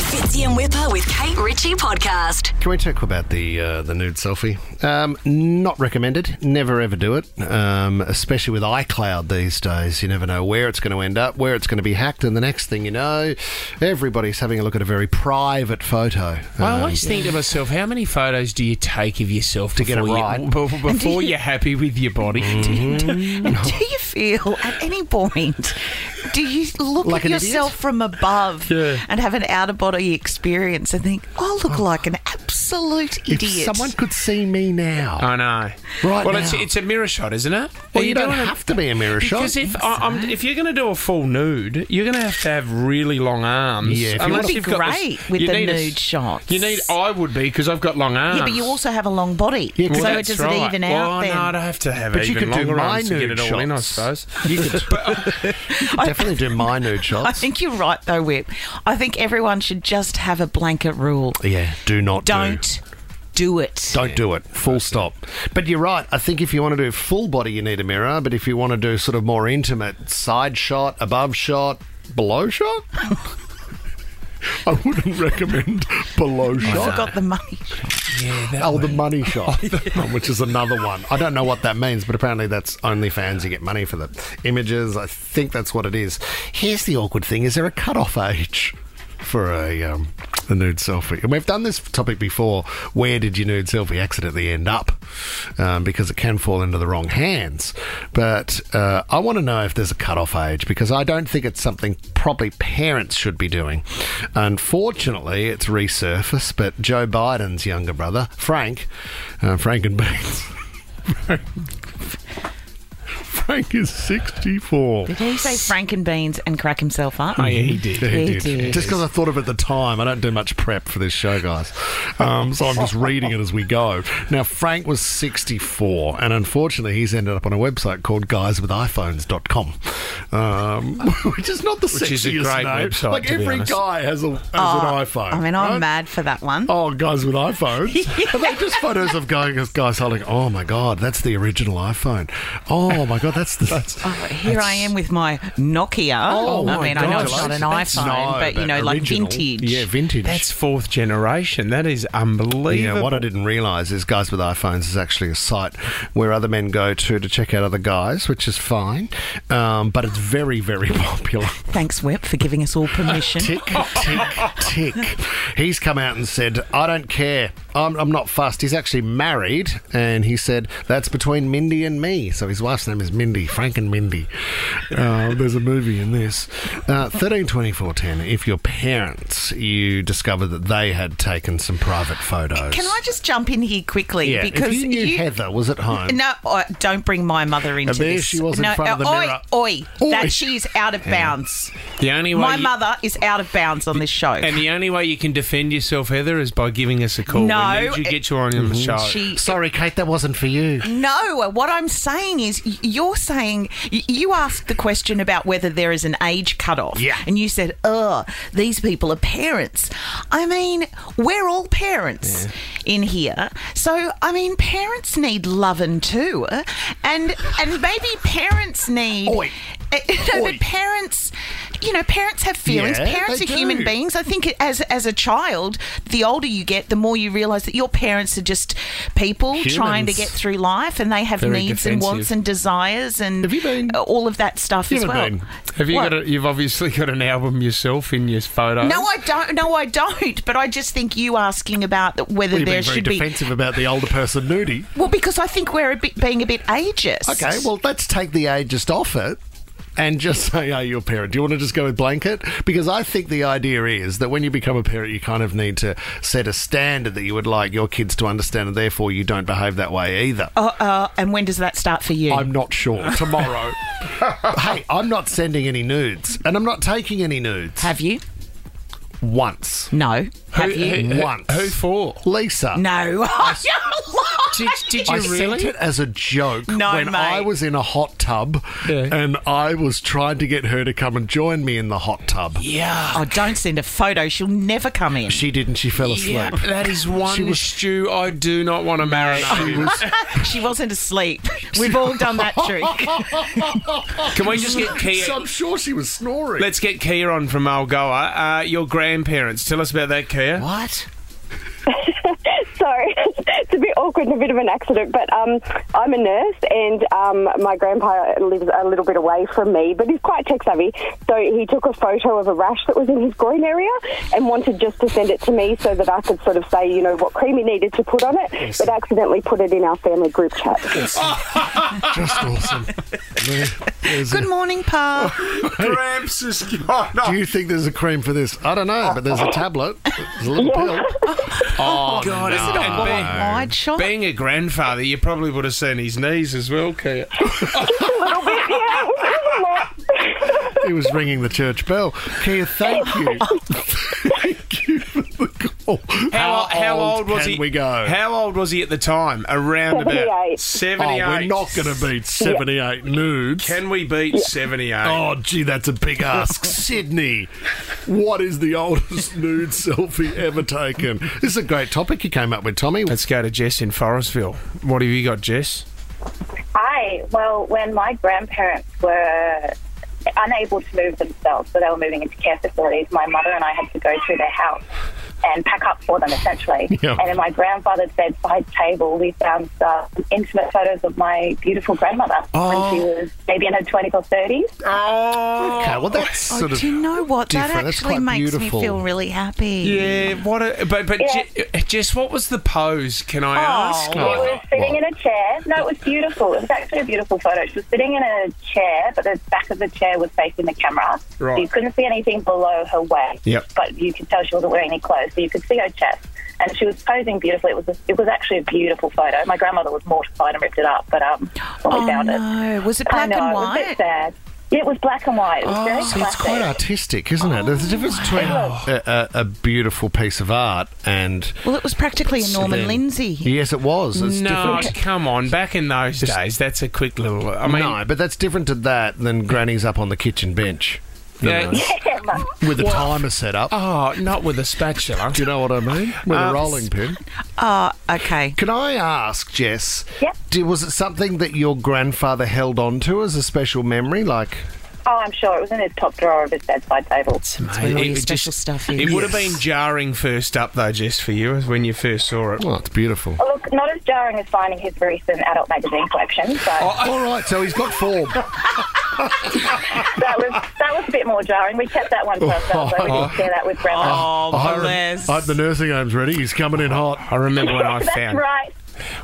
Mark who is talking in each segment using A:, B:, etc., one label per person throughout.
A: Fitzy and Whipper with Kate Ritchie podcast.
B: Can we talk about the uh, the nude selfie? Um, not recommended. Never ever do it. Um, especially with iCloud these days, you never know where it's going to end up, where it's going to be hacked, and the next thing you know, everybody's having a look at a very private photo.
C: I
B: Um,
C: always think to myself, how many photos do you take of yourself
B: To get it
C: before you-
B: right.
C: b- b- before you're happy with your body?
D: And do you feel at any point, do you look
B: Like
D: at
B: an idiot?
D: yourself from above
C: Yeah.
D: and have an out of body experience and think, I look like an absolute
B: Oh. if
D: idiot?
B: someone could see me now,
C: I know.
B: Right
C: Well, it's
B: now.
C: it's a mirror shot, isn't it?
B: well,
C: Are
B: you, don't
C: doing it-
B: have to be a mirror shot.
C: Because if I, I'm, if you're going to do a full nude, you're going to have to have really long arms.
B: Yeah, if you
C: Unless
B: wanna-
D: That'd be
C: you've got this-
D: great with
C: you
D: the
C: need a-
D: nude shots.
C: You need. I would be because I've got long arms.
D: Yeah, but you also have a long body.
B: Yeah, 'cause Oh,
D: so
C: Well,
D: it
C: that's
D: doesn't
C: right.
D: even
C: well,
D: out
C: no,
D: then.
C: I'd have to have
B: But you
C: even
B: could do
C: longer
B: my
C: arms to get
B: nude
C: it all in, I
B: shots.
C: suppose. uh,
B: you could definitely do my nude
D: I
B: shots.
D: think you're right, though, Whip. I think everyone should just have a blanket rule.
B: Yeah, do not do.
D: Don't do it.
B: Don't do it. Full stop. But you're right. I think if you want to do full body, you need a mirror. But if you want to do sort of more intimate, side shot, above shot, below shot, I wouldn't recommend below
D: I
B: shot.
D: forgot the money.
C: Yeah, that
B: Oh,
C: way.
B: the money shot, which is another one. I don't know what that means, but apparently that's OnlyFans. You get money for the images. I think that's what it is. Here's the awkward thing: is there a cut-off age for a um, a nude selfie? And we've done this topic before. Where did your nude selfie accidentally end up? Um, because it can fall into the wrong hands. But uh, I want to know if there's a cut-off age because I don't think it's something probably parents should be doing. Unfortunately, it's resurfaced, but Joe Biden's younger brother, Frank, uh, Frank and Beans. Frank is 64.
D: Did he say Frank and beans and crack himself up?
C: Oh, yeah, he did.
B: he
D: He
B: did.
D: did.
B: Just because I thought of it at the time, I don't do much prep for this show, guys. Um, so I'm just reading it as we go. Now, Frank was 64, and unfortunately, he's ended up on a website called guyswithiphones.com, um, which is not the
C: Which
B: sexiest
C: is a great
B: name.
C: website,
B: like,
C: to be
B: every
C: honest.
B: guy has, a, has an iPhone.
D: Oh, I mean, I'm
B: right?
D: mad for that one.
B: Oh, guys with iPhones. Are they just photos of guys, guys holding? Oh my God, that's the original iPhone. Oh my God, that's the.
D: Oh, here I am with my Nokia.
B: Oh,
D: I
B: my
D: mean, I know
B: God.
D: it's not an
B: That's-
D: iPhone,
B: no,
D: but you know, like
B: original.
D: vintage.
B: Yeah, vintage.
C: That's fourth generation. That is unbelievable.
B: yeah, what I didn't realise is Guys with iPhones is actually a site where other men go to to check out other guys, which is fine, um, but it's very, very popular.
D: Thanks, Web, for giving us all permission.
B: Tick, tick, tick. He's come out and said, I don't care. I'm, I'm not fussed. He's actually married. And he said, that's between Mindy and me. So his wife's name is Mindy, Frank and Mindy. Uh, there's a movie in this. Uh, 13, 24, 10. If your parents, you discovered that they had taken some private photos.
D: Can I just jump in here quickly?
B: Yeah,
D: because
B: if you knew Heather was at home.
D: No, I- don't bring my mother into
B: there
D: this.
B: she was in
D: no,
B: front of the
D: uh,
B: mirror.
D: Oi, oi,
B: Oi.
D: that she's out of bounds.
C: The only way
D: My
C: you-
D: mother is out of bounds on this show.
C: And the only way you can defend yourself, Heather, is by giving us a call. we
D: No,
C: need you to
D: it-
C: get you on the show.
D: she
B: Sorry, Kate, that wasn't for you.
D: No, what I'm saying is y- you're saying y- you asked the question about whether there is an age cutoff.
B: Yeah.
D: And you said, oh, these people are parents. I mean, we're all parents in here. So, I mean, parents need loving too. And and maybe parents need.
B: Oi.
D: Eh, no,
B: Oi.
D: but parents, you know, parents have feelings.
B: Yeah, they
D: parents are human
B: do.
D: beings. I think as as a child, the older you get, the more you realise that your parents are just people trying to
B: Humans.
D: get through life and they have
C: Very
D: needs and wants
C: defensive.
D: and desires and uh,
B: Have you been-
D: all of that stuff
B: You
D: as
B: haven't
D: well.
B: been.
C: Have you
D: What?
C: got? A, you've obviously got an album yourself in your photo.
D: no, I don't. No, I don't. But I just think you asking about that whether
B: You've
D: there
B: been very
D: should be.
B: defensive about the older person nudie.
D: Well, because I think we're a bit being a bit ageist.
B: Okay, well, let's take the ageist off it and just say, are you a parent? Do you want to just go with blanket? Because I think the idea is that when you become a parent, you kind of need to set a standard that you would like your kids to understand, and therefore you don't behave that way either.
D: Uh, uh, and when does that start for you?
B: I'm not sure. Tomorrow. hey, I'm not sending any nudes, and I'm not taking any nudes.
D: have you?
B: Once.
D: No. Have you?
C: who-
B: once.
C: Who for?
B: Lisa.
D: No.
C: Did, did you
B: I
C: really?
B: sent it as a joke
D: No,
B: when
D: mate.
B: I was in a hot tub
C: Yeah.
B: and I was trying to get her to come and join me in the hot tub.
C: Yeah.
D: Oh, don't send a photo. She'll never come in.
B: She didn't. She fell asleep.
C: Yeah, that is one
B: She was-
C: stew I do not want to marinate. in.
D: she wasn't asleep. We've all done that trick.
C: Can we just get Kia?
B: So I'm sure she was snoring.
C: Let's get Kia on from Algoa. Uh, your grandparents, tell us about that, Kia.
B: what?
E: Sorry, it's a bit awkward and a bit of an accident, but um, I'm a nurse and um, my grandpa lives a little bit away from me, but he's quite tech savvy. So he took a photo of a rash that was in his groin area and wanted just to send it to me so that I could sort of say, you know, what cream he needed to put on it, but accidentally put it in our family group chat.
B: Just awesome. There- there's a-
D: Good morning, Pa.
C: Gramps is. Oh, no.
B: do you think there's a cream for this? I don't know, but there's a tablet. There's a little pill.
C: Oh, God.
B: no.
C: and
B: Oh,
C: being-
D: Wide shot.
C: Being a grandfather, you probably would have seen his knees as well, Kia.
E: yeah, it was, it was a lot.
B: He was ringing the church bell. Kia, thank you. thank you for the call.
C: How, how old was
B: can
C: he?
B: we go?
C: How old was he at the time? Around
B: oh,
C: about
E: 78.
C: 78.
B: we're not going to beat 78 nudes.
C: Can we beat 78?
B: Oh, gee, that's a big ask. Sydney, what is the oldest nude selfie ever taken? This is a great topic you came up with, Tommy.
C: Let's go to Jess in Forestville. What have you got, Jess?
F: Hi. Well, when my grandparents were unable to move themselves, so they were moving into care facilities, my mother and I had to go through their house and pack up for them essentially.
B: Yeah.
F: And in my grandfather's bedside table, we found some intimate photos of my beautiful grandmother when she was maybe in her 20s or 30s.
C: Oh,
B: Okay, well, that's
D: Oh,
B: sort of.
D: do you know what? That
B: different. That's
D: actually
B: quite
D: makes
B: beautiful.
D: me feel really happy.
C: Yeah, what a but but
F: Yeah.
C: Je- uh, Jess, what was the pose? Can I
B: Oh,
C: ask?
F: She was sitting in a chair. No, it was beautiful. It was actually a beautiful photo. She was sitting in a chair, but the back of the chair was facing the camera.
C: Right.
F: You couldn't see anything below her waist.
C: Yep.
F: But you could tell she wasn't wearing any clothes, so you could see her chest. And she was posing beautifully. It was a, it was actually a beautiful photo. My grandmother was mortified and ripped it up, but um, when we
D: Oh
F: found it,
D: no! Was it
F: I
D: black
F: know,
D: and
F: it was a
D: white?
F: bit sad. Yeah, it was black and white. It was very
B: See, oh, it's
F: classic.
B: quite artistic, isn't it? There's a difference between a, a, a beautiful piece of art and.
D: Well, it was practically a Norman
B: then-
D: Lindsay.
B: Yes, it was. It's
C: No,
B: different.
C: come on. Back in those days, that's a quick little. I mean,
B: no, but that's different to that than granny's up on the kitchen bench
C: yeah,
F: Yeah, mum.
B: with a timer set up.
C: oh, not with a spatula.
B: Do you know what I mean? With a
C: Um,
B: rolling pin.
D: Oh, okay.
B: Can I ask, Jess?
F: Yep.
B: Did, was it something that your grandfather held on to as a special memory? Like,
F: oh, I'm sure it was in his top drawer of his bedside table.
D: Where all
C: It
D: your
C: would
D: special
C: just-
D: stuff
C: It
D: is.
C: would have been jarring first up though, Jess, for you when you first saw it.
B: oh, it's beautiful.
F: Well, Look, not as jarring as finding his recent adult magazine collection,
D: Oh.
F: but
B: All right, so he's got form.
F: that was that was a bit more jarring. We kept that one to ourselves. so we didn't share that with grandma.
D: Oh, bless.
B: I hope the nursing home's ready. He's coming in hot.
C: I remember when I
F: That's
C: found
F: right.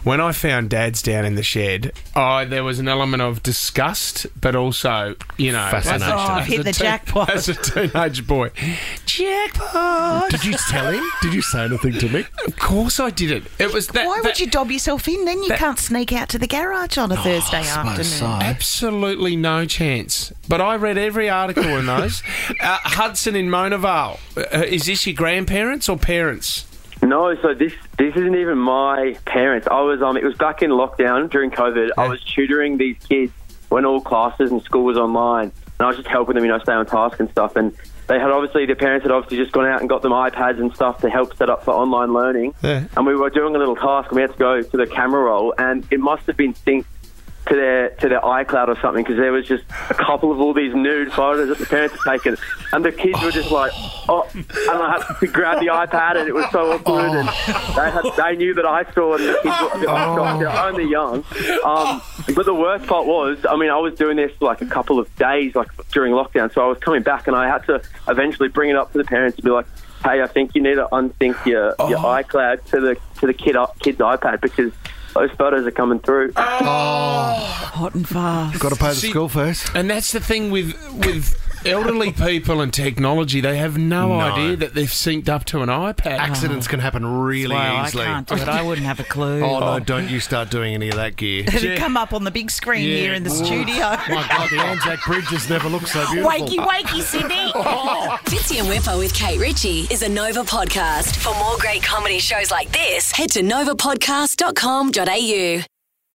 C: when I found Dad's down in the shed. Oh, there was an element of disgust, but also you know
B: Fascination.
C: as a-
B: Oh,
C: as
D: hit
C: a
D: the
C: teen-
D: jackpot.
C: as a teenage boy. Jackpot.
B: Did you tell him? Did you say anything to me?
C: Of course I did it. It was that.
D: Why
C: that-
D: would you dob yourself in? Then you can't sneak out to the garage on a
B: Oh,
D: Thursday afternoon.
C: Absolutely no chance. But I read every article in those. uh, Hudson in Mona Vale. Uh, is this your grandparents or parents?
G: No, so this this isn't even my parents. I was um, it was back in lockdown during COVID. I was tutoring these kids when all classes and school was online, and I was just helping them, you know, stay on task and stuff. And they had obviously their parents had obviously just gone out and got them iPads and stuff to help set up for online learning.
C: Yeah.
G: And we were doing a little task, and we had to go to the camera roll, and it must have been synced to their to their iCloud or something because there was just a couple of all these nude photos that the parents had taken, and the kids were just like, oh, and I had to grab the iPad, and it was so awkward, and they had, they knew that I saw, and the kids were they're only young. Um, but the worst part was, I mean, I was doing this like a couple of days, like during lockdown, so I was coming back, and I had to eventually bring it up to the parents and be like. Hey, I think you need to unsync your, your iCloud to the to the kid kid's iPad because those photos are coming through.
D: Hot and fast.
B: Got to pay the
C: See-
B: school fees.
C: And that's the thing with with elderly people and technology, they have no,
B: No.
C: idea that they've synced up to an iPad.
B: Accidents can happen really
D: Oh. Well, I
B: easily.
D: can't do it. I wouldn't have a clue.
B: Oh no! Don't you start doing any of that gear.
D: It'd come up on the big screen here in the studio.
B: My God, the Anzac Bridge has never looked so beautiful.
H: Wakey, wakey, Sydney.
A: Fitzy and Whipper with Kate Ritchie is a Nova podcast. For more great comedy shows like this, head to novapodcast.com.au.